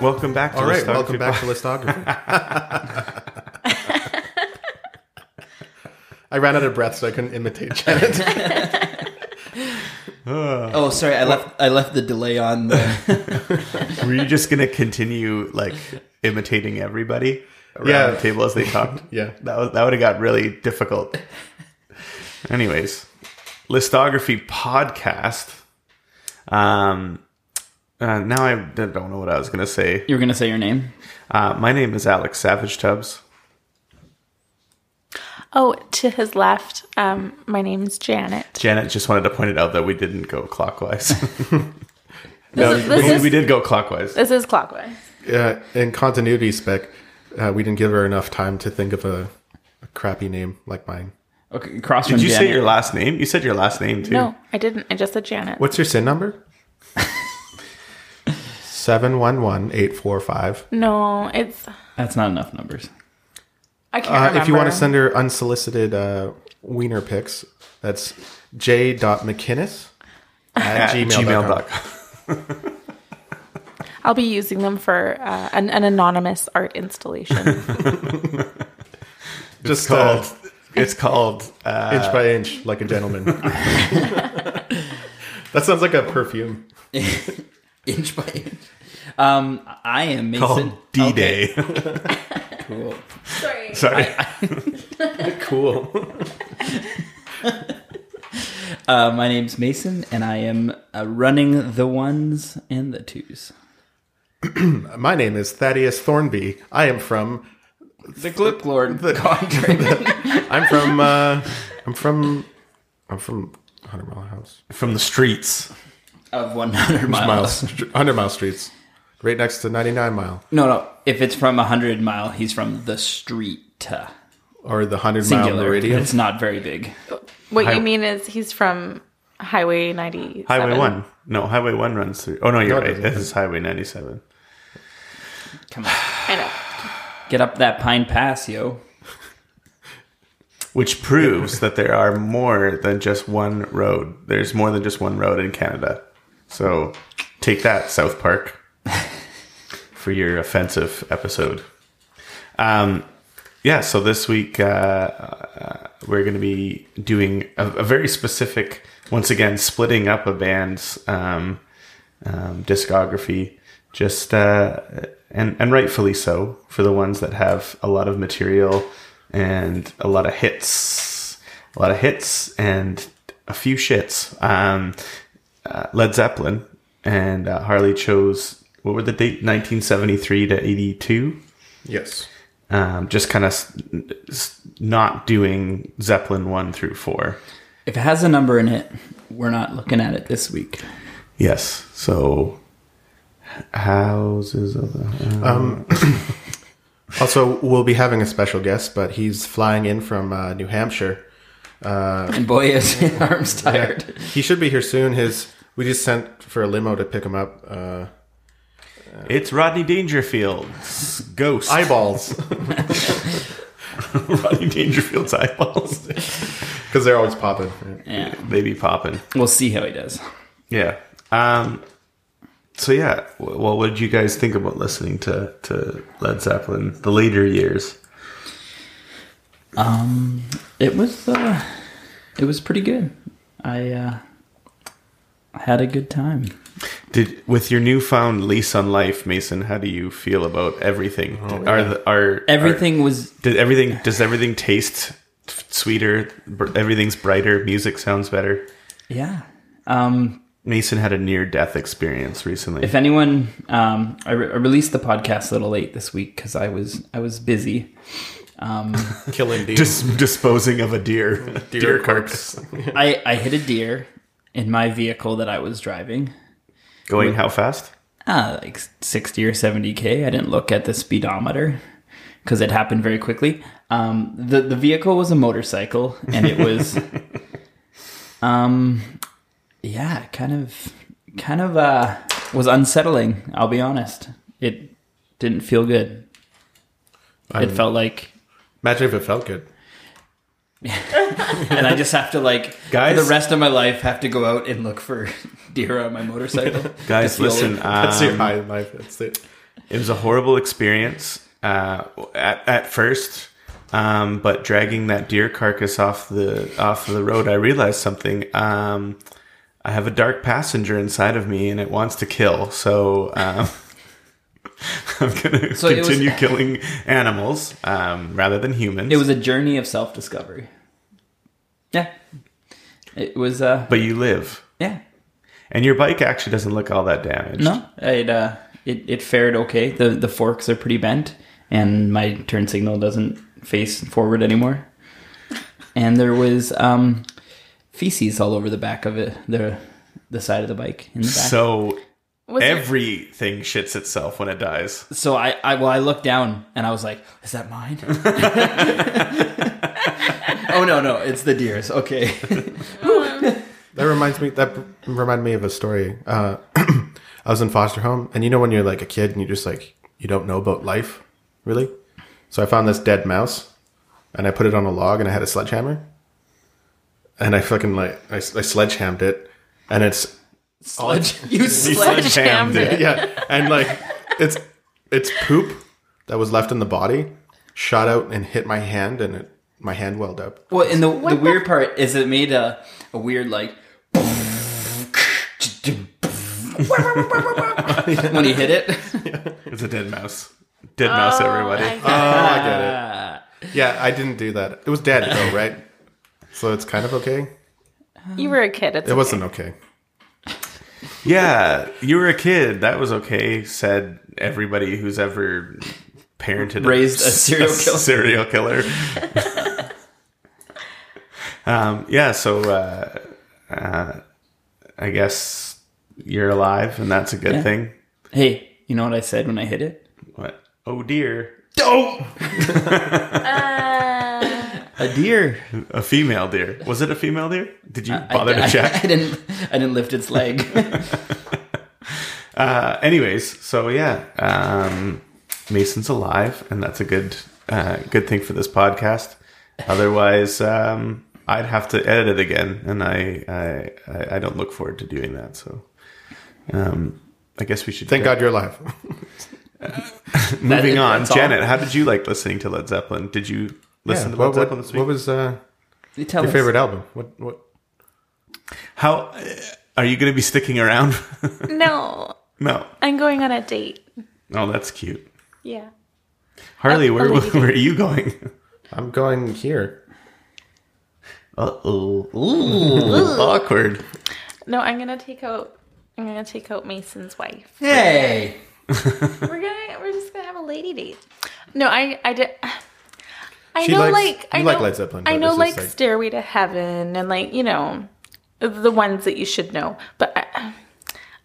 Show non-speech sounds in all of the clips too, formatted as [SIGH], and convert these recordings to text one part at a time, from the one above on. Welcome back to All right, Listography welcome [LAUGHS] back to Pod- listography. I ran out of breath, so I couldn't imitate Janet. Oh, sorry, I left I left the delay on. The, [LAUGHS] Were you just going to continue [LAUGHS] like imitating everybody around Yeah. the table as they talked? [LAUGHS] Yeah. That, was, that would have got really difficult. Anyways, Listography Podcast. Um, uh, now I don't know what I was going to say. [LAUGHS] you were gonna say your name. Uh, my name is Alex Savage Tubbs. Oh, to his left, um, my name's Janet. Janet just wanted to point it out that we didn't go [LAUGHS] clockwise. [LAUGHS] This is- this we, is- we did go clockwise. This is clockwise. uh, in continuity spec, uh, we didn't give her enough time to think of a, a crappy name like mine. Okay, across from Did you Janet. say your last name? You said your last name too. No, I didn't. I just said Janet. What's your sin number? Seven one one eight four five. No, it's That's not enough numbers. I can't Uh, remember. if you want to send her unsolicited uh, wiener pics, that's j.mckinnis [LAUGHS] At at gmail.com. gmail.com. I'll be using them for uh, an, an anonymous art installation. Just called. uh, it's called. Uh, inch by inch, like a gentleman. that sounds like a perfume. Inch by inch. Um, I am Mason. called D Day. Okay, cool. [LAUGHS] Sorry. Sorry. Cool. Uh, my name's Mason, and I am uh, running the ones and the twos. My name is Thaddeus Thornby. I am from The clip lord. The I'm from uh, I'm from I'm from Hundred Mile House. From the streets. of 100 miles. Miles Hundred Mile Streets. Right next to ninety nine mile. No, no. If it's from 100 mile, he's from the street. uh, Or the hundred mile Singular. meridian. It's not very big. What Hi- you mean is he's from Highway 90. Highway 1. No, Highway 1 runs through. Oh, no, you're No, it right. doesn't. This is Highway 97. Come on. I know. Get up that pine pass, yo. Which proves that there are more than just one road. There's more than just one road in Canada. So take that, South Park, [LAUGHS] for your offensive episode. Um, yeah, so this week uh, uh, we're going to be doing a, a very specific, once again, splitting up a band's um, um, discography, just uh, and and rightfully so for the ones that have a lot of material and a lot of hits, a lot of hits and a few shits. Um, uh, Led Zeppelin and uh, Harley chose what were the date 1973 to 82 Yes. um, just kind of s- s- not doing Zeppelin one through four. If it has a number in it, we're not looking at it this week. Yes, so houses of the uh, Also, we'll be having a special guest, but he's flying in from uh, New Hampshire. And boy, is [LAUGHS] his arms tired. He should be here soon. His we just sent for a limo to pick him up. Uh, it's Rodney Dangerfield's ghost. eyeballs, Rodney Dangerfield's eyeballs. [LAUGHS] because they're always popping. right? Yeah. they be popping. We'll see how he does. Yeah. Um. So yeah. w- Well, what did you guys think about listening to to Led Zeppelin the later years? Um, it was uh, it was pretty good. I uh, had a good time. Did with your newfound lease on life, Mason? How do you feel about everything? Are the, are Everything was Did everything? Does everything taste f- sweeter? Br- Everything's brighter. Music sounds better. yeah. Um, Mason had a near death experience recently. if anyone, um, I, re- I released the podcast a little late this week because I was I was [LAUGHS] busy. Um, Killing deer, Dis- disposing of a deer. [LAUGHS] deer corpse. [LAUGHS] I I hit a deer in my vehicle that I was driving. Going how fast? uh, like 60 or 70k. I didn't look at the speedometer because it happened very quickly. Um, the the vehicle was a motorcycle, and [LAUGHS] it was, um, yeah, kind of, kind of uh, was unsettling. I'll be honest, it didn't feel good. I'm- It felt like, Imagine if it felt good. and I just have to like, Guys? for the rest of my life, have to go out and look for [LAUGHS] deer on my motorcycle. Guys, To feel listen. [LAUGHS] it. That's um, your high in life. That's it. It was a horrible experience uh, at at first, um, but dragging that deer carcass off the off the road, I realized something. Um, I have a dark passenger inside of me, and it wants to kill. So. Um, [LAUGHS] I'm gonna So it was- continue killing animals um, rather than humans. It was a journey of self discovery. Yeah. It was, uh, but you live, yeah. and your bike actually doesn't look all that damaged. No, it, uh, it, it fared okay. The, the forks are pretty bent, and my turn signal doesn't face forward anymore. And there was, um, feces all over the back of it, the, the side of the bike in the back. So Was there- everything shits itself when it dies. so I, I well I looked down and I was like, is that [LAUGHS] mine? oh no no, it's the deer's. [LAUGHS] Okay. That reminds me. That reminded me of a story. Uh, [CLEARS THROAT] I was in foster home, and you know when you're like a kid and you just like you don't know about life, really. So I found this dead mouse, and I put it on a log, and I had a sledgehammer, and I fucking like I, I sledgehammed it, and it's Sledge [LAUGHS] you sledge Sledgehammed it. yeah, and like it's it's poop that was left in the body, shot out and hit my hand, and it my hand welled up. Well and the the weird part is it made a, a weird [LAUGHS] like when he hit it. It's a dead mouse. Dead mouse, everybody. I- Oh, I get it. Yeah, I didn't do that. It was dead though, right? So it's kind of okay. you were a kid. It's It wasn't okay. Yeah, you were a kid. That was okay. Said everybody who's ever parented, [LAUGHS] Raised a serial killer. serial killer. [LAUGHS] um, yeah. So uh, uh, I guess you're alive, and that's a good Yeah. thing. [LAUGHS] Hey, you know what I said when I hit it? What? Oh dear, Oh Uh, a deer. a female deer. Was it a female deer? Did you Uh, I, bother I- [LAUGHS] to check? I didn't I didn't lift its [LAUGHS] leg. Uh, anyways, so yeah, um, Mason's alive, and that's a good uh, good thing for this podcast. Otherwise, um, I'd have to edit it again, and I- I I, I don't look forward to doing that. So, um, I guess we should. Thank God you're alive. Moving That- on, that's all. Janet, how did you like listening to Led Zeppelin? Did you listen Yeah, to Led what, Zeppelin what- this week? what was uh, Tell your us. favorite album? What what? how uh, are you going to be sticking around? [LAUGHS] no, no. I'm going on a date. Oh, that's cute. Yeah. Harley, Oh, where, oh, you did. where are you going? [LAUGHS] I'm going here. Uh oh. Ooh, awkward. No, I'm gonna take out. I'm gonna take out Mason's wife. Hey. We're gonna. We're just gonna have a lady date. No, I. I did. I She know, likes- like you I know, like Led Zeppelin, I but know, it's like just like- Stairway to Heaven, and like you know, the ones that you should know. But I,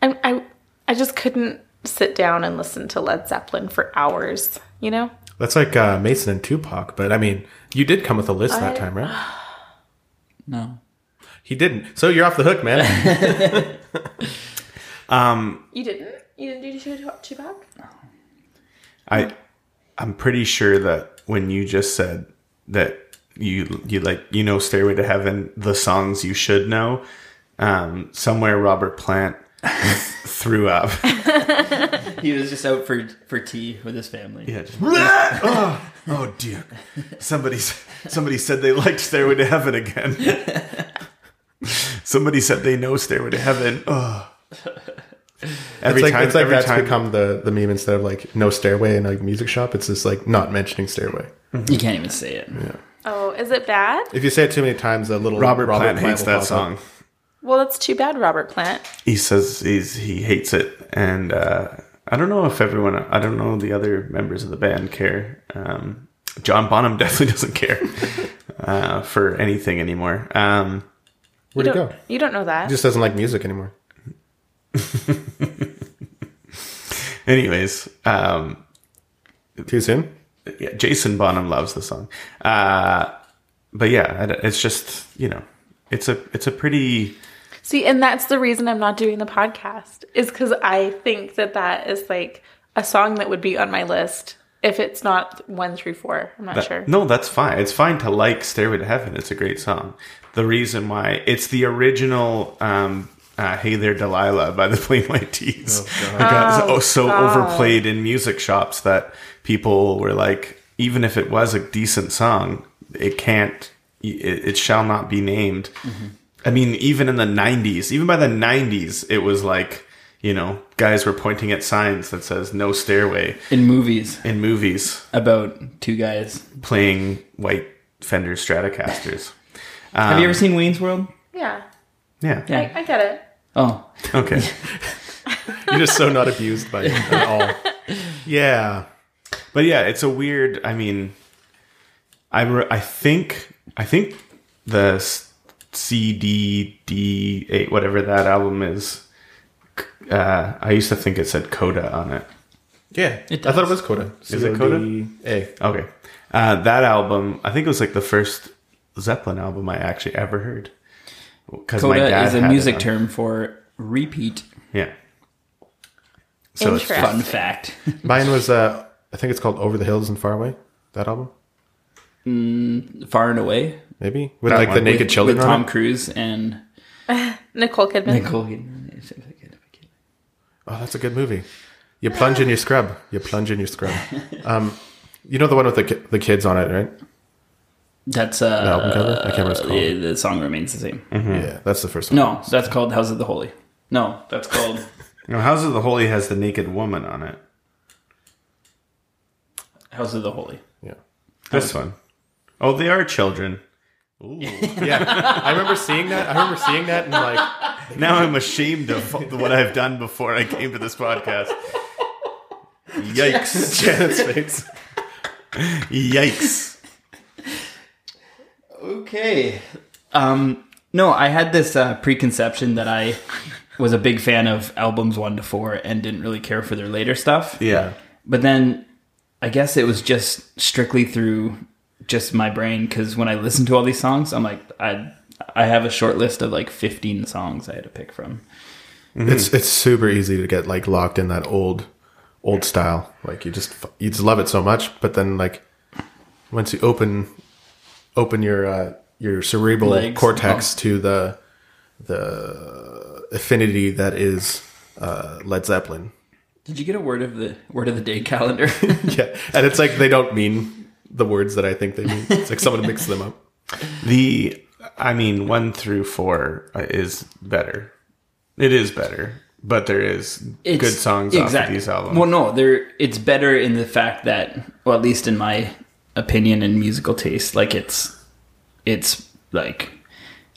I, I, I just couldn't sit down and listen to Led Zeppelin for hours. You know. That's like uh, Mason and Tupac, but I mean, you did come with a list that I- time, right? No. He didn't. So you're off the hook, man. You didn't. You didn't do Tupac. I I'm pretty sure that when you just said that you you like you know Stairway to Heaven, the songs you should know, um, somewhere Robert Plant [LAUGHS] threw [LAUGHS] up. He was just out for for tea with his family. Yeah, just- [LAUGHS] oh, oh dear. Somebody s- somebody said they liked Stairway to Heaven again. [LAUGHS] somebody said they know Stairway to Heaven. Oh. Every It's like, time, it's like every that's time, become the, the meme instead of like no stairway in like music shop. It's just like not mentioning stairway. You can't even say it. Oh, is it bad? If you say it too many times, a little Robert, Plant hates will that pop up. song. Well, that's too bad, Robert Plant. he says he's he hates it, and uh, I don't know if everyone, I don't know the other members of the band care. Um, John Bonham [LAUGHS] definitely doesn't care uh, for anything anymore. Um, Where'd you it don't, go? You don't know that. He just doesn't like music anymore. anyways, um, Too soon. yeah, Jason Bonham loves the song, uh, but yeah, I don't- it's just you know, it's a it's a pretty See, and that's the reason I'm not doing the podcast is because I think that that is like a song that would be on my list if it's not one through four. I'm not That- sure. No, that's fine. It's fine to like Stairway to Heaven. It's a great song. The reason why it's the original um, uh, "Hey There, Delilah" by the [LAUGHS] Plain White Tees. it got so, so overplayed in music shops that people were like, even if it was a decent song, it can't, it, it shall not be named. I mean, even in the '90s, even by the '90s, it was like, you know, guys were pointing at signs that says "No Stairway" in movies in movies about two guys. playing white Fender Stratocasters. Have you ever seen Wayne's World? Yeah, Yeah. Yeah. I, I get it. Oh, Okay. You're just so not abused by it at all. Yeah. But yeah, it's a weird. I mean, I re- I think I think the s- CDD eight whatever that album is. c- Uh, I used to think it said Coda on it. [LAUGHS] Yeah. It I thought it was does. Coda. Is it Coda? A. Okay, uh, that album. I think it was like the first Zeppelin album I actually ever heard. Because coda is a had it music on- term for repeat. Yeah. So it's Interesting. Fun fact. [LAUGHS] Mine was, uh, I think it's called Over the Hills and Far Away, that album, Far and away. maybe? With That like the one. Naked with, Children with on Tom it? Cruise and Nicole Kidman. Nicole. Kidman. Oh, that's a good movie. You plunge in your scrub. You plunge in your [LAUGHS] scrub. Um, you know the one with the, ki- the kids on it, right? That's uh, The album cover? I can't remember what it's called. Mm-hmm. the, the song remains the same. Yeah, that's the first one. No, that's called House of the Holy. No, that's called [LAUGHS] Now, House of the Holy has the naked woman on it. House of the Holy. Yeah. This one. Oh, they are children. Yeah. I remember seeing that. I remember seeing that and like, Now I'm ashamed of what I've done before I came to this podcast. Yikes. Janet's face. Yikes. Okay. Um, no, I had this uh, preconception that I was a big fan of albums one to four and didn't really care for their later stuff. Yeah. But then I guess it was just strictly through just my brain because when I listen to all these songs, I'm like, I I have a short list of like 15 songs I had to pick from. It's it's super easy to get like locked in that old old style. Like you just f- you just love it so much, but then like once you open open your uh, your cerebral Legs. cortex to the the affinity that is uh, Led Zeppelin. [LAUGHS] Did you get a word of the word of the day calendar? [LAUGHS] Yeah, and it's like they don't mean the words that I think they mean. It's like someone mixed them up. The, I mean, one through four is better. It is better, but there is good songs off of these albums. Well, no, they're it's better in the fact that, well, at least in my opinion and musical taste, like it's it's like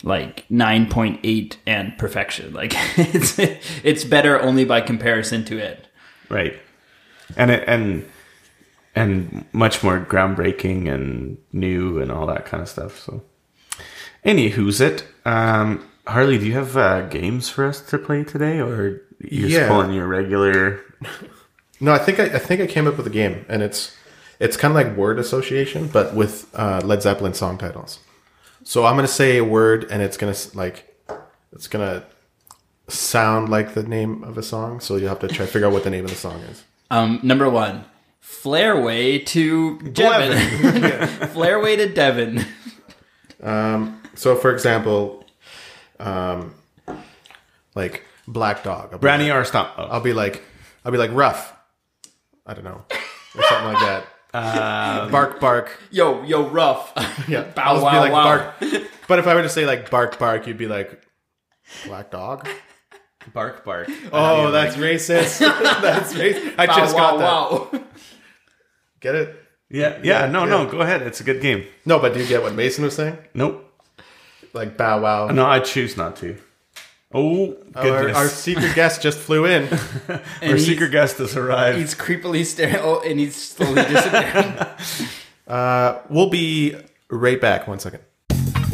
like 9.8 and perfection like [LAUGHS] it's it's better only by comparison to it Right. And it, and and much more groundbreaking and new and all that kind of stuff. So, any who's it? Um, Harley, do you have uh, games for us to play today, or you're just Yeah. pulling your regular? No, I think I, I think I came up with a game, and it's it's kind of like word association, but with uh, Led Zeppelin song titles. So I'm gonna say a word, and it's gonna s- like it's gonna sound like the name of a song. So you have to try to figure out what the name of the song is. um number 1 flareway to devon [LAUGHS] flareway to devon So for example, um, like Black Dog, I'll be, Brownie or stop? Oh, I'll be like I'll be like rough. I don't know, or something like that. bark bark. yo yo rough Yeah. [LAUGHS] Bow, I'll wow, be like wow. bark. But if I were to say like bark bark, you'd be like black [LAUGHS] dog. bark, bark. Oh, that's racist. [LAUGHS] that's racist. I Bow, just got wow, that. wow. [LAUGHS] Get it? yeah, yeah. No, no. Go ahead. It's a good game. No, but do you get what Mason was saying? Nope. Like bow wow. No, I choose not to. Oh Our, goodness! our secret guest just flew [LAUGHS] in. our secret guest has arrived. he's creepily staring oh and he's slowly disappearing We'll be right back. One second.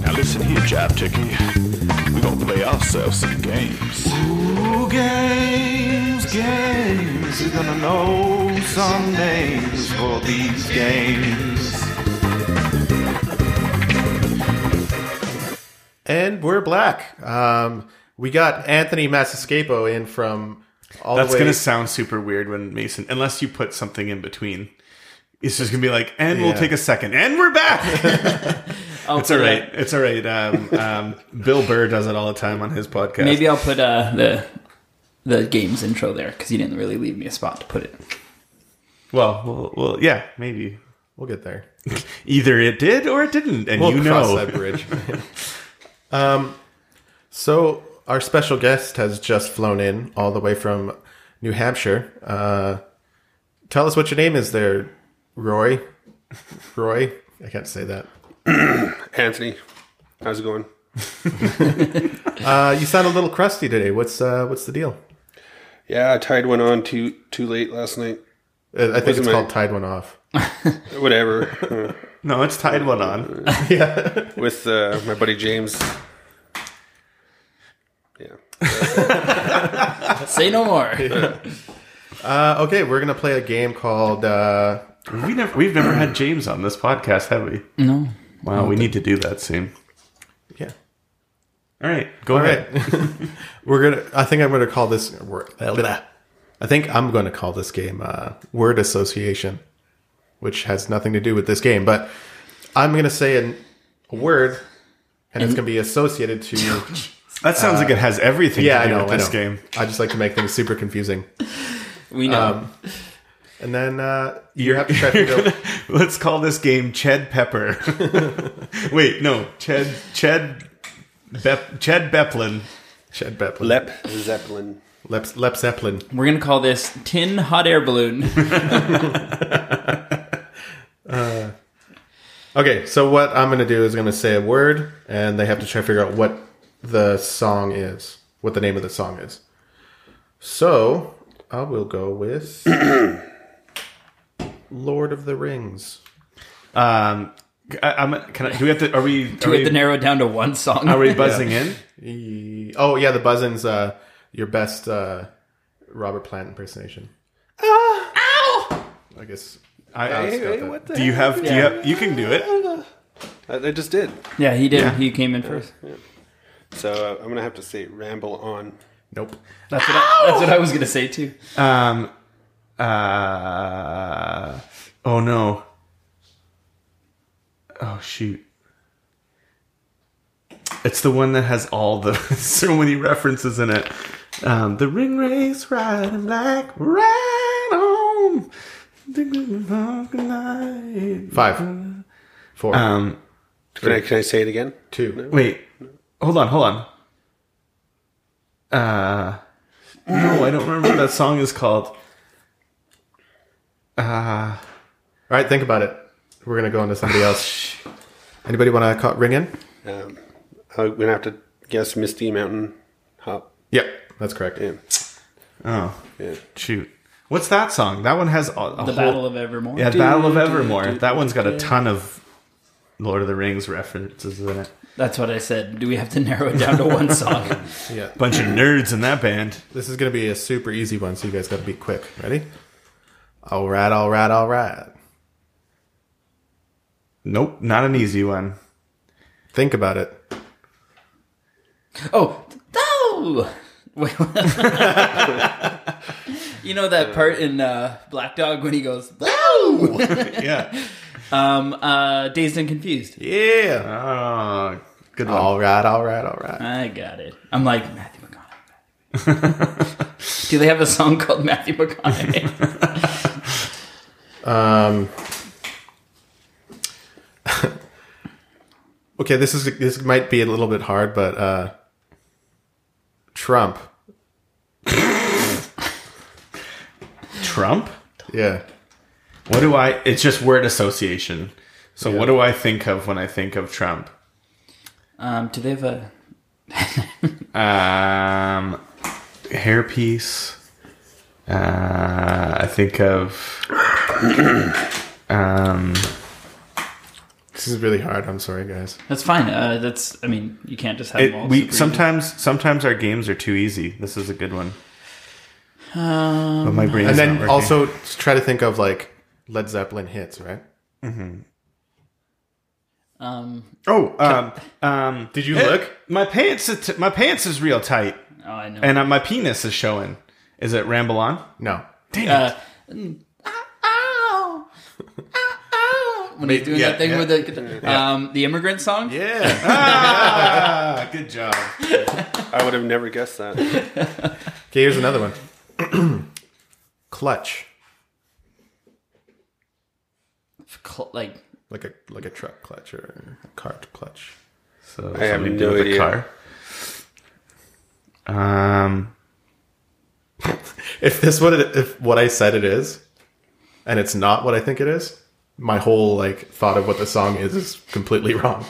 Now listen here, Jive Turkey. We're gonna play ourselves some games. Ooh, games, games. You're gonna know some names for these games. And we're black. Um, we got Anthony Massescapo in from all That's the way. gonna sound super weird when Mason, unless you put something in between. It's just gonna be like, and we'll Yeah. take a second, and we're [LAUGHS] back. Oh, it's all right. It's all right. Um, um, Bill Burr does it all the time on his podcast. Maybe I'll put uh, the the games intro there because you didn't really leave me a spot to put it. well, well, well, yeah, maybe. We'll get there. Either it did or it didn't, and We'll you cross know. [LAUGHS] that bridge. um, so our special guest has just flown in all the way from New Hampshire. Uh, tell us what your name is, there, Roy. Roy, I can't say that. Anthony, how's it going? Uh, you sound a little crusty today. What's uh, what's the deal? Yeah, I tied one on too too late last night. Uh, I think Wasn't it's my- called Tide One Off. [LAUGHS] Whatever. No, it's tied one on. uh, with uh, my buddy James. [LAUGHS] Yeah. Say no more. Uh, okay, we're gonna play a game called. Uh, We never, we've never had James on this podcast, have we? no. Wow, we need to do that soon. yeah. All right, go All ahead. right. [LAUGHS] we're gonna. I think I'm gonna call this. word- I think I'm gonna call this game uh, word association, which has nothing to do with this game. But I'm gonna say an, a word, and, it's gonna be associated [LAUGHS] to. That sounds like it has everything yeah, to I do know. with I this know. [LAUGHS] game. I just like to make things super confusing, We know. and then uh, you have to try [LAUGHS] to figure out. Let's call this game Ched Pepper. [LAUGHS] Wait, no, Ched Ched Bep, Ched Beplin. Shed Beplin. Lep Zeppelin. Lep, Lep Zeppelin. We're gonna call this tin hot air balloon. Okay, so what I'm going to do is going to say a word, and they have to try to figure out what the song is, what the name of the song is. So I will go with [CLEARS THROAT] Lord of the Rings. Um, I, I'm, can I, do we have to? Are [LAUGHS] we? Are we we, have to narrow it down to one song. are we buzzing in? E- Oh yeah, the buzzin's uh, your best uh, Robert Plant impersonation. I guess I, Alex Ah! Hey, got hey, that. what the do you have? Do you Yeah. have? You can do it. I, I just did. [LAUGHS] yeah, he did. He came in first. So uh, I'm going to have to say ramble on. Nope. That's what, I, that's what I was gonna say too. Um. Uh. Oh no. Oh shoot. It's the one that has all the [LAUGHS] so many references in it. Um, the ring race, riding black, right on. The good long night. Five, four, Um. Can I, can I say it again? two. Wait. Hold on. Hold on. Uh. No, I don't remember what that song is called. All right, think about it. We're gonna go into somebody else. Anybody want to ring in? Um, I'm going to have to guess Misty Mountain Hop. Yep, that's correct. Yeah. Oh. Yeah. Shoot. What's that song? That one has a, a The whole, Battle of Evermore. yeah, Battle of Evermore. That one's got a ton of Lord of the Rings references in it. That's what I said. Do we have to narrow it down to [LAUGHS] one song? Yeah. Bunch of nerds in that band. This is going to be a super easy one, so you guys got to be quick. Ready? All right, all right, all right. Nope, not an easy [LAUGHS] one. Think about it. Oh, no! Wait, you know that part in uh, Black Dog when he goes, [LAUGHS] "No!" Yeah. um, uh, dazed and confused. Yeah. Oh, good one. All right, all right, all right. I got it. I'm like Matthew McConaughey. Matthew. Do they have a song called Matthew [LAUGHS] McConaughey? Um. okay, this is this might be a little bit hard, but uh, Trump. Trump? Yeah. What do I. It's just word association. So what do I think of when I think of Trump? um, do they have a? Um, hairpiece. Uh, I think of. Um, This is really hard. I'm sorry, guys. That's fine. Uh, that's. I mean, you can't just have them all. It, we super sometimes sometimes our games are too easy. This is a good one. but my brain And is then not working. also try to think of like Led Zeppelin hits, right? easy. Um, oh um um Did you eh, look? my pants is t- my pants is real tight oh, I know. and uh, my penis is showing. Is it ramble on? No. Dang it. uh, mm, ow, ow, when he's doing Yeah, that thing yeah. with the guitar- um, the immigrant song. Yeah. [LAUGHS] [LAUGHS] Ah, good job. I would have never guessed that. Okay, here's another one. [CLEARS THROAT] clutch, Cl- like like a like a truck clutch or a cart clutch. So I have something to no do with idea. the car. Um, If this what it, if what I said it is, and it's not what I think it is, my whole like thought of what the song is is completely [LAUGHS] wrong.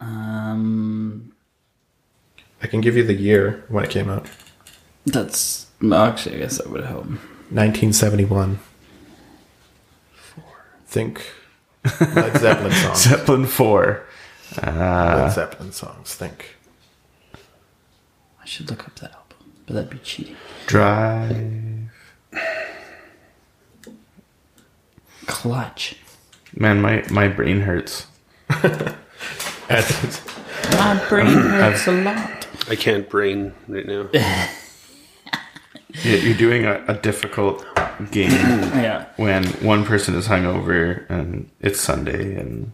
um, I can give you the year when it came out. that's well, actually I guess that would help. 1971. Think Led [LAUGHS] Zeppelin songs. Zeppelin Four. Uh. Led Zeppelin songs. Think. I should look up that album, but that'd be cheating. Drive. Clutch. Man, my my brain hurts. And- [LAUGHS] My brain hurts a lot. [LAUGHS] I can't brain right [LAUGHS] now. Yeah, You're doing a, a difficult game Yeah. when one person is hungover and it's Sunday and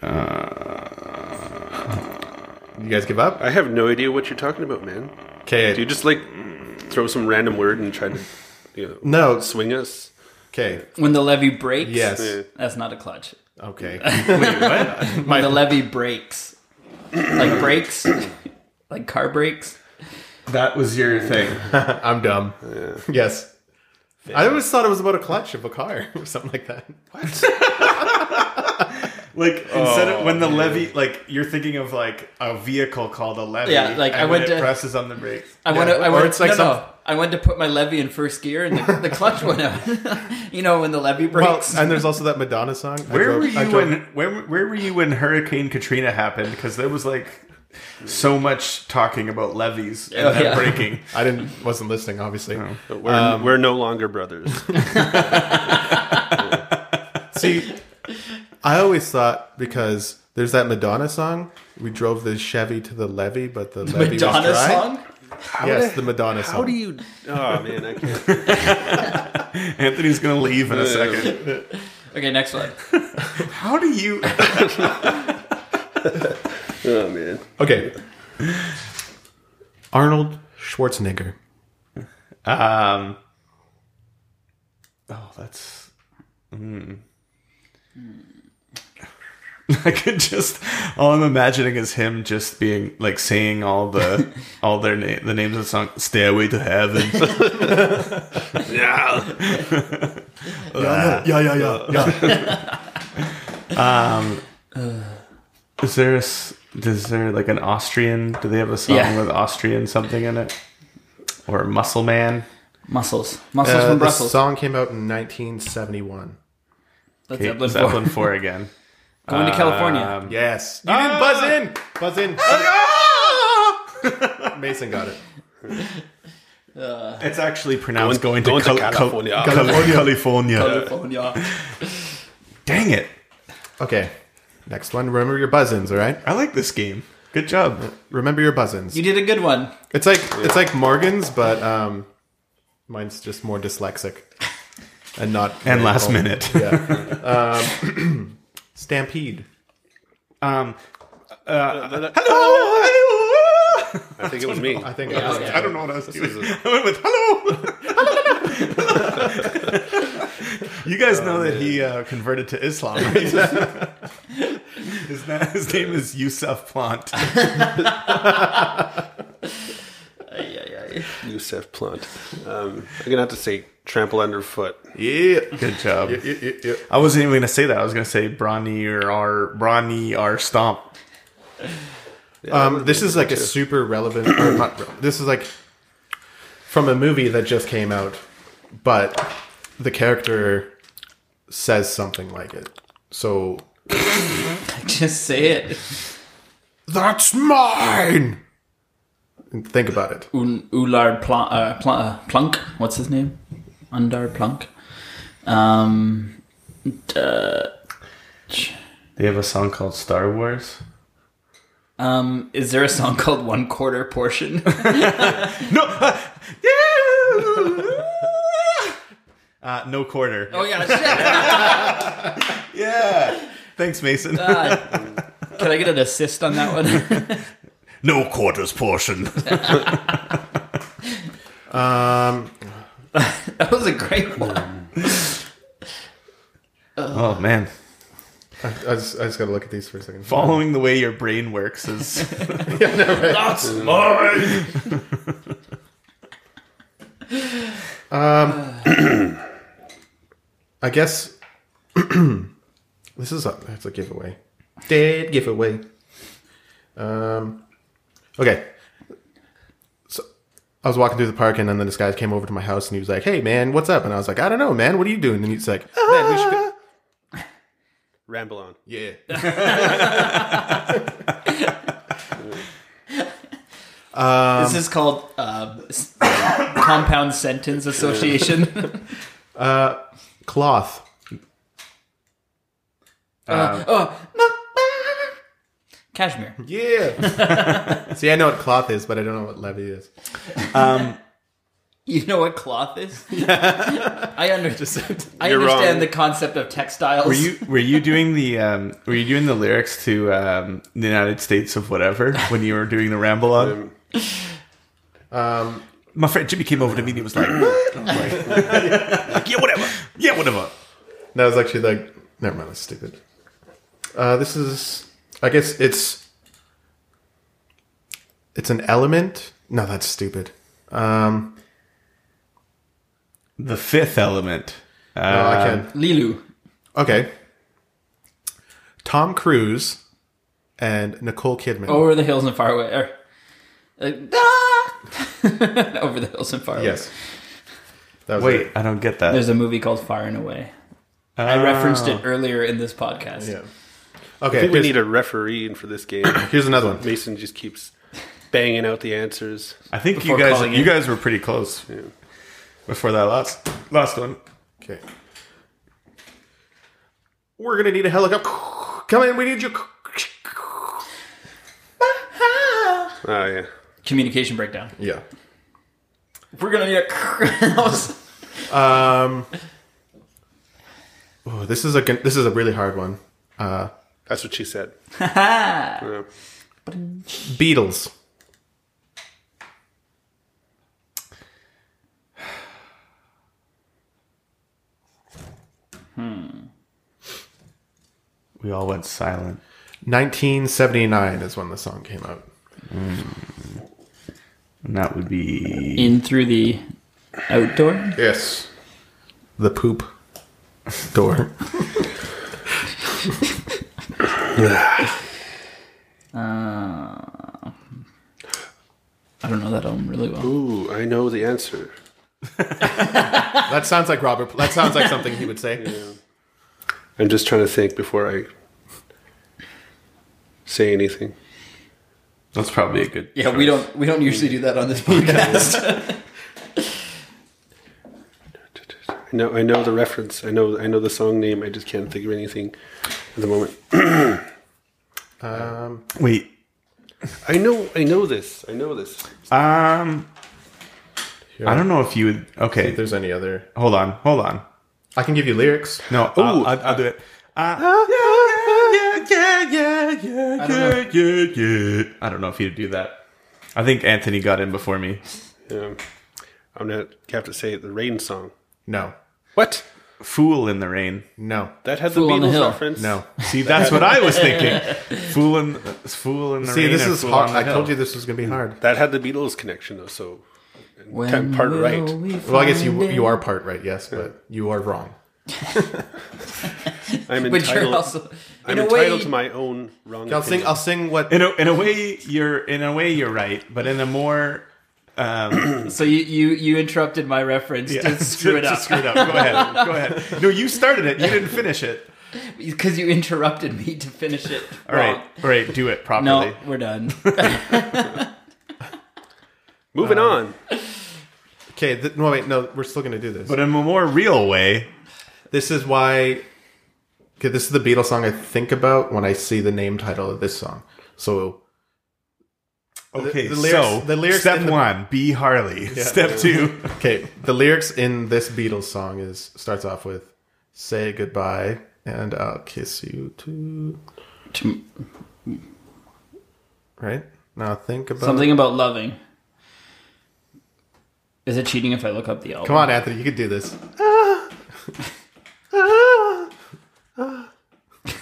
uh, you guys give up? I have no idea what you're talking about, man. Okay. Do you just like throw some random word and try to you know, No. swing us? Okay. When the levee breaks. Yes. Yeah. That's not a clutch. Okay. [LAUGHS] Wait, what? The My, levee breaks. Like brakes. [COUGHS] like car brakes. that was your thing. I'm dumb. Yes. I always thought it was about a clutch of a car [LAUGHS] or something like that. Like instead of Oh, when the levy, like you're thinking of like a vehicle called a levy. Yeah, like, and I when went it to- presses on the brakes. I want to. I or want it's like no, no. some- I went to put my levy in first gear, and the, the clutch went out. [LAUGHS] you know when the levy Well, breaks. and there's also that Madonna song. I Where drove- were I you drove- when where where were you when Hurricane Katrina happened? Because there was like so much talking about levies and Oh, them yeah. breaking. [LAUGHS] Oh. I didn't wasn't listening, obviously. But we're, we're no longer brothers. See, I always thought because there's that Madonna song. We drove the Chevy to the levee, but the, levee Madonna was dry. song. Yes, the Madonna song. How do you? [LAUGHS] Oh man, I can't. Anthony's gonna leave in a second. Okay, next [LAUGHS] one. How do you? [LAUGHS] Oh man. Okay. Arnold Schwarzenegger. Um. Oh, that's. Mm. [LAUGHS] I could just all I'm imagining is him just being like saying all the [LAUGHS] all their na- the names of the song "Stairway to Heaven." yeah, Yeah, yeah, yeah, yeah. Is there a s is there like an Austrian? Do they have a song Yeah. with Austrian something in it? Or Muscle Man? Muscles. Muscles Uh, from the Brussels. song came out in 1971. That's Okay, Zeppelin Zeppelin four. Four again. Um, Going to Um, California. Yes. Ah! You didn't buzz in. Buzz in. Mason got it. It's actually pronounced Going- going, going to, to Cal- California. Cal- California. California. California. Dang it. Okay. Next one. Remember your buzz-ins, all right? I like this game. Good job. Remember your buzz-ins. You did a good one. It's like it's like Morgan's, but um, mine's just more dyslexic and not Um, And last minute. [CLEARS THROAT] Stampede. Um, uh, I think it was me. I think. I don't know what I was doing. [LAUGHS] is a- [LAUGHS] I went with hello. [LAUGHS] you guys know Oh, that he uh, converted to [LAUGHS] Islam. [LAUGHS] Right? his, na- his name is Yusuf Plant. Ay, ay, [LAUGHS] Yusef Plant. Um, I'm gonna have to say trample underfoot. Yeah. Good job. Yeah. I wasn't even going to say that. I was going to say Brawny or R, Brawny or Stomp. Um, this is like a super relevant. Or not, re- this is like from a movie that just came out, but the character says something like it. So ay. Just say it. that's mine. And think about it. Un, Ular Plunk, uh, Plunk, uh, Plunk. What's his name? Undar Plunk. Um, uh, They have a song called Star Wars. um, is there a song [LAUGHS] uh, called One Quarter Portion? No. [LAUGHS] Uh, no quarter. [LAUGHS] Oh yeah, shit. Yeah. Uh, Thanks, Mason. [LAUGHS] Can I get an assist on that one? [LAUGHS] [LAUGHS] no quarters portion. Um, that was a great one. oh man. I, I just, I just got to look at these for a second. Following the way your brain works is That's mine. I guess [CLEARS THROAT] this is a that's a giveaway. Dead giveaway. Um, okay. So I was walking through the park, and then this guy came over to my house, and he was like, "Hey, man, what's up?" And I was like, "I don't know, man. What are you doing?" And he's like, "Oh, "Man, we should." go-" Ramble on. Yeah. um, This is called uh, s- compound [LAUGHS] sentence association. [LAUGHS] cloth. [LAUGHS] Oh, Cashmere. Yeah. [LAUGHS] See, I know what cloth is, but I don't know what levy is. You know what cloth [LAUGHS] is? I, under- I You're wrong. understand the concept of textiles. were you were you doing the um, were you doing the lyrics to um, the United States of whatever when you were doing the ramble on? Um, Um, My friend Jimmy came over to me and he was like, "What?" I was like, like, yeah, whatever. Yeah, whatever. That was actually like, never mind, that's stupid. Uh, this is, I guess it's, it's an element. No, that's stupid. Um, The fifth element. Uh, no, Oh, Um, I can. Lilu. Okay. Tom Cruise and Nicole Kidman. Oh, Over the hills and far away. Or, uh, ah! [LAUGHS] Over the hills and far away. yes. That was Wait, it. I don't get that. There's a movie called Far and Away. I referenced it earlier in this podcast. Yeah. I Okay. think we Here's, need a referee in for this [COUGHS] game. here's another [LAUGHS] one. Mason just keeps banging out the answers. I think you Before guys calling you in. guys were pretty close before that last last one. Okay. We're gonna need a helicopter. Come in. We need you. Oh yeah. Communication breakdown. Yeah. We're gonna need a. that was- Um, oh, this is a good- this is a really hard one. Uh, That's what she [LAUGHS] said. Yeah. Beatles. We all went silent. 1979 is when the song came out. And that would be [LAUGHS] in through the outdoor. Yes. The poop door. Uh, I don't know that album really well. Ooh, I know the answer. that sounds like Robert. That sounds [LAUGHS] like something he would say. I'm just trying to think before I say anything. that's probably a good Yeah, we don't we don't usually do that on this podcast. I know, I know the reference. I know, I know the song name. I just can't think of anything at the moment. Um, wait. I know, I know this. I know this. Um I don't know if you would okay. if there's any other, Hold on, hold on. I can give you lyrics. No, I'll, I'll, I'll do it. Uh, yeah, yeah, yeah, yeah, yeah, yeah, yeah. I don't know if you'd do that. I think Anthony got in before me. Um, I'm gonna have to say it, the rain song. No, What? Fool in the rain. no, That had Fool the on the Beatles Hill. reference. no. See, that's what I was [LAUGHS] thinking. Fool in, fool in the See, rain. this and is fool hard. on the I told hill. you this was gonna be hard. That had the Beatles connection though. So Kind of part right. Well, I guess you you are part right, yes, but you are wrong. I'm [LAUGHS] But entitled. you're also in I'm a entitled way, to my own wrong. I'll sing. I'll sing what. In a, in a way, you're in a way you're right, but in a more So you you you interrupted my reference yeah, [LAUGHS] [LAUGHS] to screw it to up screw it up. Go ahead, go ahead. No, you started it. You didn't finish it. because you interrupted me to finish it. All right, all right. Do it No, properly. we're [LAUGHS] done. Moving on. Okay, th- no wait, no, we're still gonna do this. But in a more real way, This is why. Okay, this is the Beatles song I think about when I see the name title of this song. So Okay, the lyrics- so the lyrics step in the- one, be Harley. [LAUGHS] Step two, Okay, the lyrics in this Beatles song is starts off with "Say goodbye and I'll kiss you too." To- Right now, think about Something about loving. Is it cheating if I look up the album? Come on, Anthony, you can do this.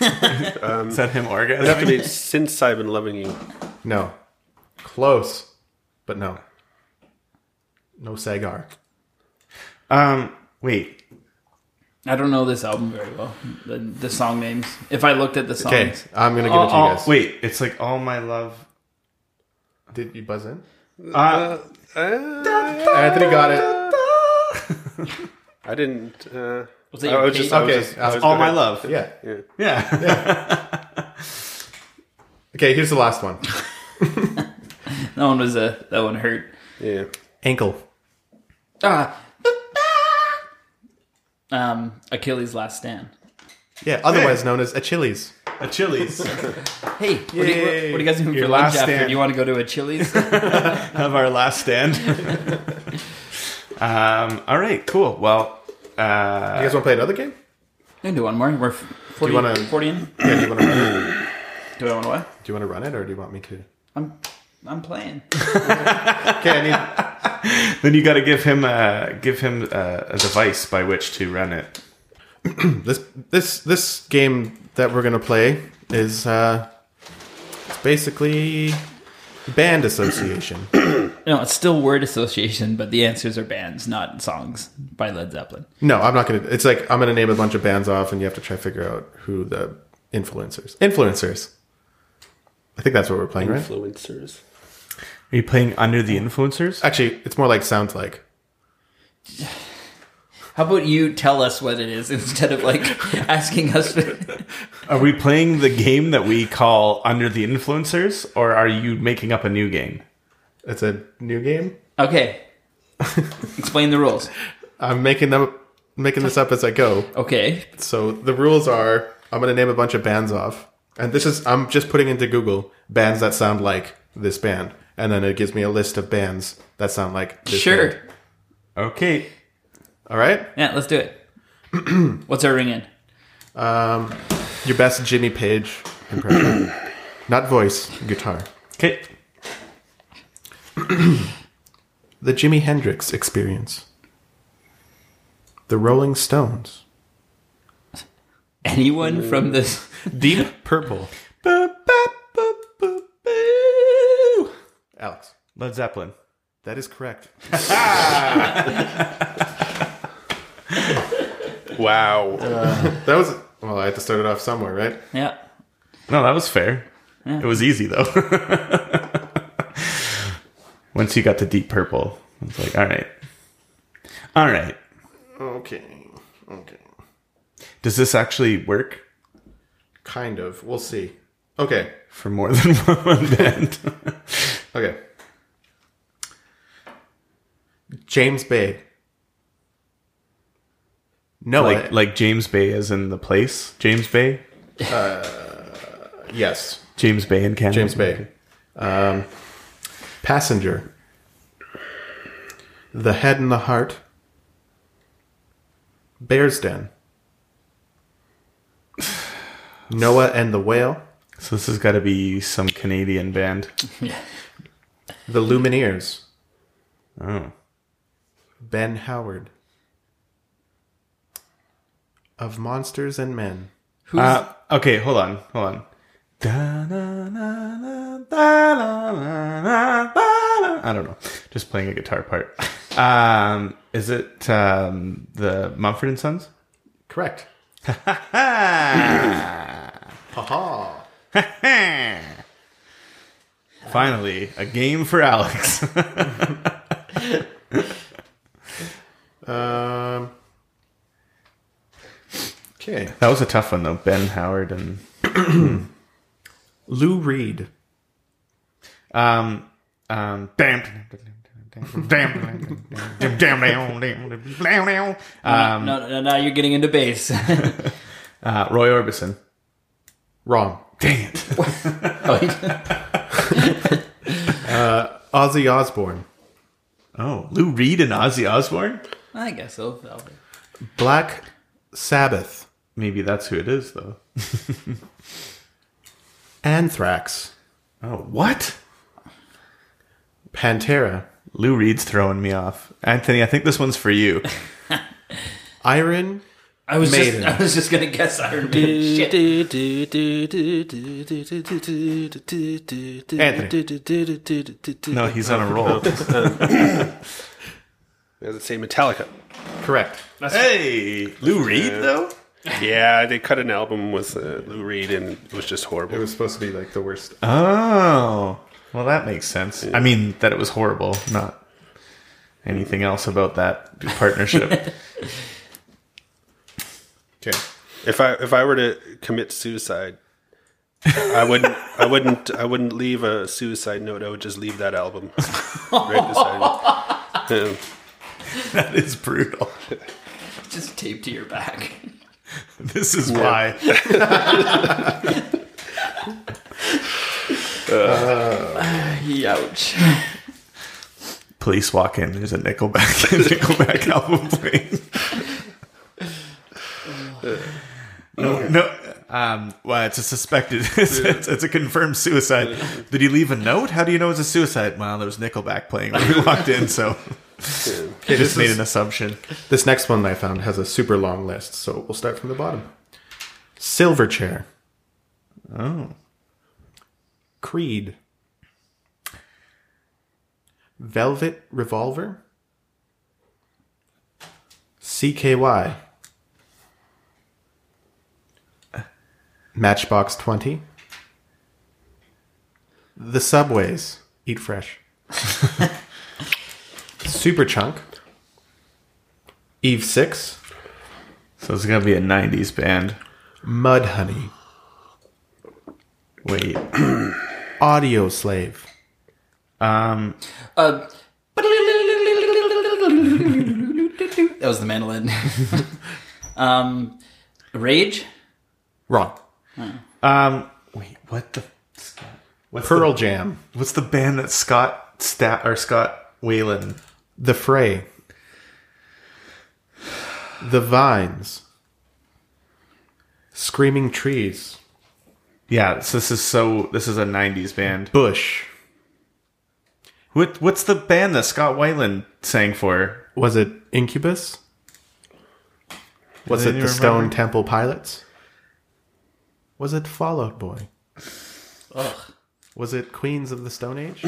is that him It'd have to orgasming? be since I've been loving you. No, close, but no, no Sagar. Um, wait, I don't know this album very well. The, the song names. If I looked at the songs, Okay, I'm gonna give it to All- you guys. Uh, wait, it's like all my love. Did you buzz in? Uh, Uh, Anthony got it. I didn't. Uh, Was it I your was just, cake? I was Okay, just- I was- all my love. Yeah. yeah. [LAUGHS] Okay, here's the last one. that one was a that one hurt. yeah. Ankle. Ah. Um, Achilles' Last Stand. Yeah, otherwise known as Achilles. A Chili's. Hey, what, do you, what, Yay. what are you guys doing Your for lunch last after? stand. Do you want to go to a Chili's? of our last stand. um, all right, cool. Well, You uh, guys want to play another game? Can do one more. We're f- 40, wanna- 40 in. Yeah, do you want to run it? Do I want to what? Do you want to run it, or do you want me to? I'm I'm playing. Okay, I need. then you got to give him a give him uh, a, a device by which to run it. this this this game that we're gonna play is uh, it's basically band association. No, it's still word association, but the answers are bands, not songs by Led Zeppelin. no, I'm not gonna. It's like I'm gonna name a bunch of bands off, and you have to try to figure out who the influencers. Influencers. I think that's what we're playing, right? Influencers. Are you playing under the influencers? Actually, it's more like sounds like. How about you tell us what it is [LAUGHS] instead of like asking us? Are we playing the game that we call under the influencers, or are you making up a new game? It's a new game. okay, explain the rules. I'm making them making this up as I go. Okay, So the rules are I'm going to name a bunch of bands off. And this is, I'm just putting into Google bands that sound like this band. And then it gives me a list of bands that sound like this sure. band. Okay, All right. Yeah, let's do it. What's our ring in? Um, your best Jimmy Page impression. Not voice, guitar. okay. The Jimi Hendrix experience. The Rolling Stones. Anyone from this? Deep Purple. Alex. Led Zeppelin. That is correct. Wow. That was, well, I had to start it off somewhere, right? Yeah. No, that was fair. It was easy though. [LAUGHS] Once you got the deep purple, I was like, all right, all right. Okay. Okay. Does this actually work Kind of. We'll see. Okay. for more [LAUGHS] than one band? Okay. James Bay. No, like like James Bay as in the place, James Bay, yes, James Bay in Canada. James Bay. Um, passenger. The head and the heart. Bear's den. Noah and the whale. So this has got to be some Canadian band. The Lumineers. Oh, Ben Howard. Of monsters and men. Who's Uh, okay, hold on, hold on. I don't know. Just playing a guitar part. Um, is it um, the Mumford and Sons? [LAUGHS] Correct. Haha. Finally, a game for Alex. Um. Okay. that was a tough one though. Ben Howard and Lou Reed. um um damn. Damn, damn, damn, damn, damn. um, no, no, no, now you're getting into bass. Uh, Roy Orbison. [LAUGHS] Wrong. Dang it. oh, Ozzy Osbourne. Oh, Lou Reed and Ozzy Osbourne? [LAUGHS] I guess so. That'll be- Black Sabbath. Maybe that's who it is, though. [LAUGHS] Anthrax. Oh, what? Pantera. Lou Reed's throwing me off. Anthony, I think this one's for you. Iron. I was Maiden. just I was just gonna guess Iron Maiden. Shit. Anthony. No, he's on a roll. Let's say Metallica. Correct. hey, Lou Reed, though? Yeah, they cut an album with uh, Lou Reed and it was just horrible. was supposed to be like the worst. Oh, well, that makes sense. I mean, that it was horrible, not anything else about that partnership. Okay. If I if I were to commit suicide, I wouldn't I wouldn't I wouldn't leave a suicide note. I would just leave that album right beside it. Um, [LAUGHS] that is brutal. [LAUGHS] Just taped to your back. This is why. Ouch. Police walk in. There's a Nickelback [LAUGHS] Nickelback album playing. no, no. Um, well, it's a suspected. [LAUGHS] It's, it's, it's a confirmed suicide. Did he leave a note? How do you know it's a suicide? Well, there was Nickelback playing when we walked in, so I just made an assumption. This next one I found has a super long list, so we'll start from the bottom. Silverchair. Oh, Creed. Velvet Revolver. CKY. Matchbox 20. The Subways. Eat fresh. Superchunk. Eve 6. so it's gonna be a '90s band. Mud Honey. Wait, [CLEARS THROAT] Audio Slave. um, Uh, that was the mandolin. [LAUGHS] um, rage. Wrong. um, wait, what the? What's Pearl Jam. The, what's the band that Scott Stat or Scott Whalen? The Fray. The Vines. Screaming Trees. Yeah, so this is so. This is a '90s band. Bush. What What's the band that Scott Weiland sang for? Was it Incubus? Was I don't it the even Stone remember. Temple Pilots? Was it Fallout Boy? Was it Queens of the Stone Age?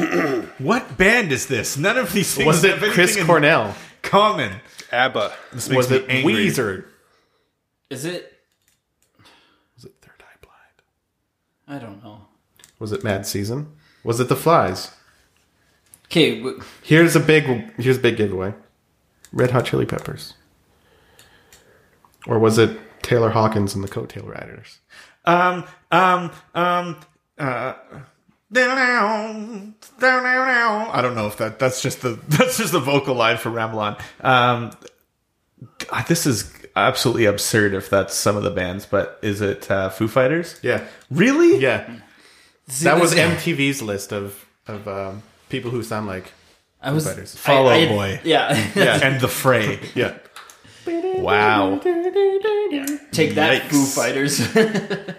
What band is this? None of these things Was it have Chris anything in Cornell? Common. ABBA. This makes Was me it angry. Weezer? Is it? Was it Third Eye Blind? I don't know. Was it Mad Season? Was it The Flies? Okay, w- Here's a big here's a big giveaway. Red Hot Chili Peppers. Or was it Taylor Hawkins and the Coattail Riders? Um. Um. Um. Uh. down, down, down, down. I don't know if that that's just the [LAUGHS] that's just the vocal line for Ramelon. Um, God, this is absolutely absurd if that's some of the bands, but is it uh, Foo Fighters? Yeah. Really? Yeah. see, That was this- MTV's list of of um, people who sound like I was Fighters. Fall I- Out I- Boy. Yeah. [LAUGHS] And the Fray. Yeah. Wow. Take that, Yikes. Foo Fighters.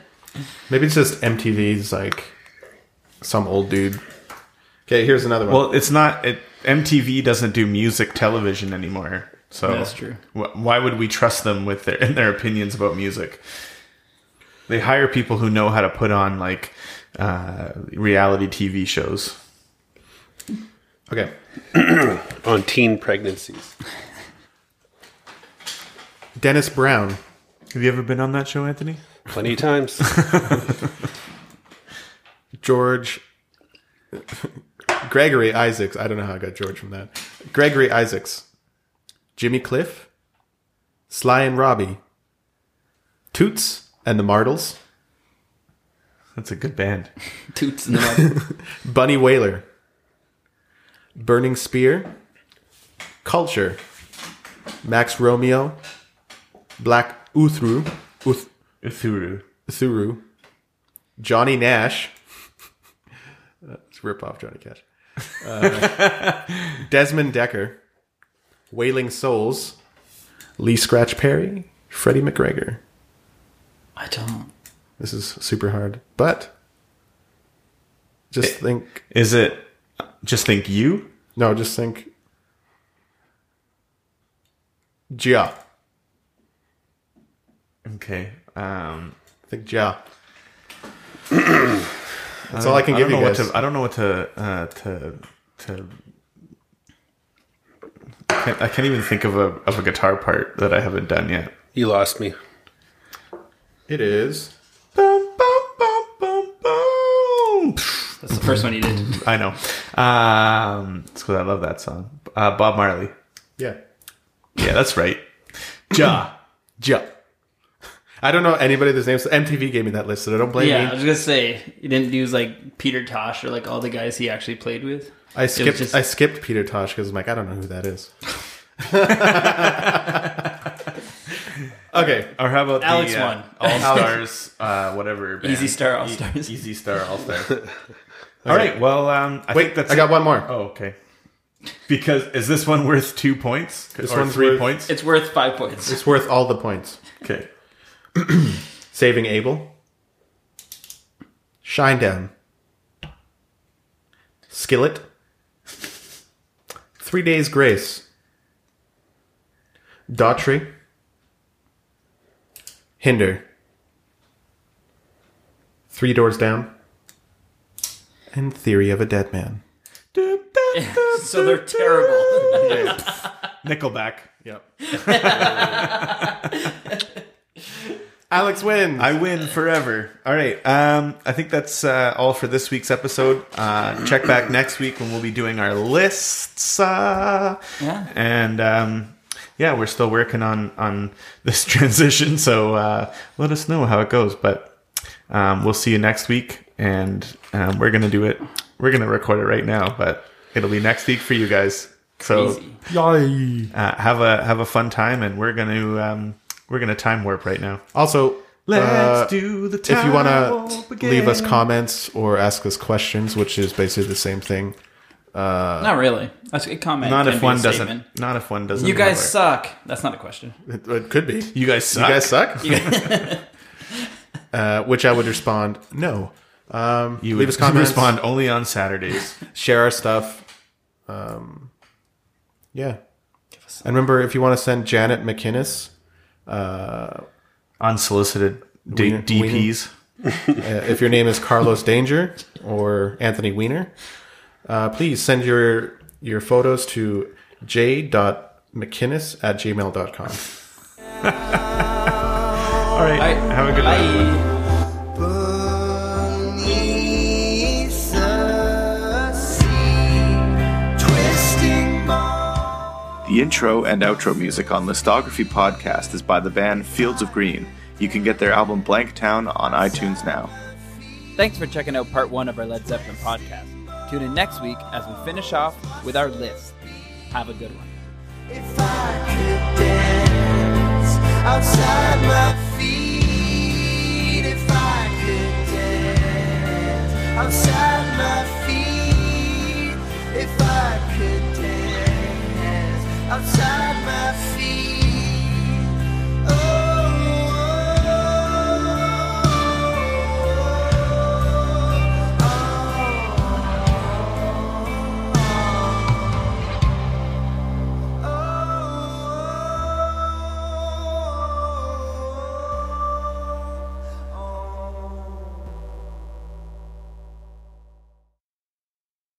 [LAUGHS] Maybe it's just MTV's like some old dude. Okay, here's another one. Well, it's not. It, MTV doesn't do music television anymore. So That's true. Wh- why would we trust them with their in their opinions about music? They hire people who know how to put on like uh, reality TV shows. okay. On teen pregnancies. Dennis Brown. Have you ever been on that show, Anthony? Plenty of times. George Gregory Isaacs. I don't know how I got George from that. Gregory Isaacs. Jimmy Cliff. Sly and Robbie. Toots and the Martles. That's a good band. Toots in the mouth. Bunny Whaler. Burning Spear. Culture. Max Romeo. Black Uthru. Uth- Uthuru. Thuru, Johnny Nash. It's a rip off Johnny Cash. Uh, [LAUGHS] Desmond Decker, Wailing Souls, Lee Scratch Perry, Freddie McGregor. I don't. This is super hard, but just think. Is it just think you? No, just think. Ja. Okay. Um, Think Ja. [CLEARS THROAT] That's all I can I give don't know you what guys. to. I don't know what to uh, to to. I can't, I can't even think of a of a guitar part that I haven't done yet. You lost me. It is. Bum, bum, bum, bum, bum. That's the first one [LAUGHS] you did. I know. Um, it's 'cause I love that song. Uh, Bob Marley. Yeah. Yeah, that's right. [COUGHS] Ja. Ja. I don't know anybody that's names. MTV gave me that list, so don't blame Yeah, I me. was gonna say you didn't use like Peter Tosh or like all the guys he actually played with. I skipped. just- I skipped Peter Tosh because I'm like, I don't know who that is. okay, Or how about Alex the, uh, won. All Stars, uh, whatever. band. E-, Easy Star All Stars. Easy Star All [LAUGHS] Star. All right. Well, um, I wait. think that's I got it. one more. Oh, okay. Because is this one worth two points? This or one's three worth- points? It's worth five points. It's worth all the points. Okay. [CLEARS THROAT] Saving Abel. Shine down. Skillet. Three Days Grace. Daughtry. Hinder. Three Doors Down. And Theory of a Dead Man. so they're terrible. Nickelback. Yep. Alex wins. I win forever. All right. Um, I think that's uh, all for this week's episode. Uh, check back next week when we'll be doing our lists. Uh, Yeah. And um, yeah, we're still working on on this [LAUGHS] transition. So uh, let us know how it goes. But um, we'll see you next week, and um, we're gonna do it. We're gonna record it right now, but it'll be next week for you guys. [LAUGHS] So Easy. uh, have a have a fun time, and we're gonna um, we're gonna time warp right now. also, uh, do the if you want to leave us comments or ask us questions, which is basically the same thing. not really. That's a good comment. uh, Not Can if be a one doesn't. statement. Not if one doesn't. You guys have suck. That's not a question. It, it could be. our- You guys You suck. guys suck. [LAUGHS] uh, which I would respond no. Um, You would leave us comments. Respond only on [LAUGHS] Saturdays. Share our stuff. Um, yeah. And remember, if you want to send Janet McInnes, Unsolicited d- Wiener- DPs. uh, if your name is Carlos Danger or Anthony Weiner, uh, please send your your photos to j.mckinnis at gmail.com. All right. Bye. Have a good night. Bye. Beneath the sea, twisting The intro and outro music on Listography Podcast is by the band Fields of Green. You can get their album Blank Town on iTunes now. Thanks for checking out part one of our Led Zeppelin podcast. Tune in next week as we finish off with our list. Have a good one. If I could dance outside my feet, if I could dance outside my feet, Oh, if I could dance outside my feet. oh, oh, Oh,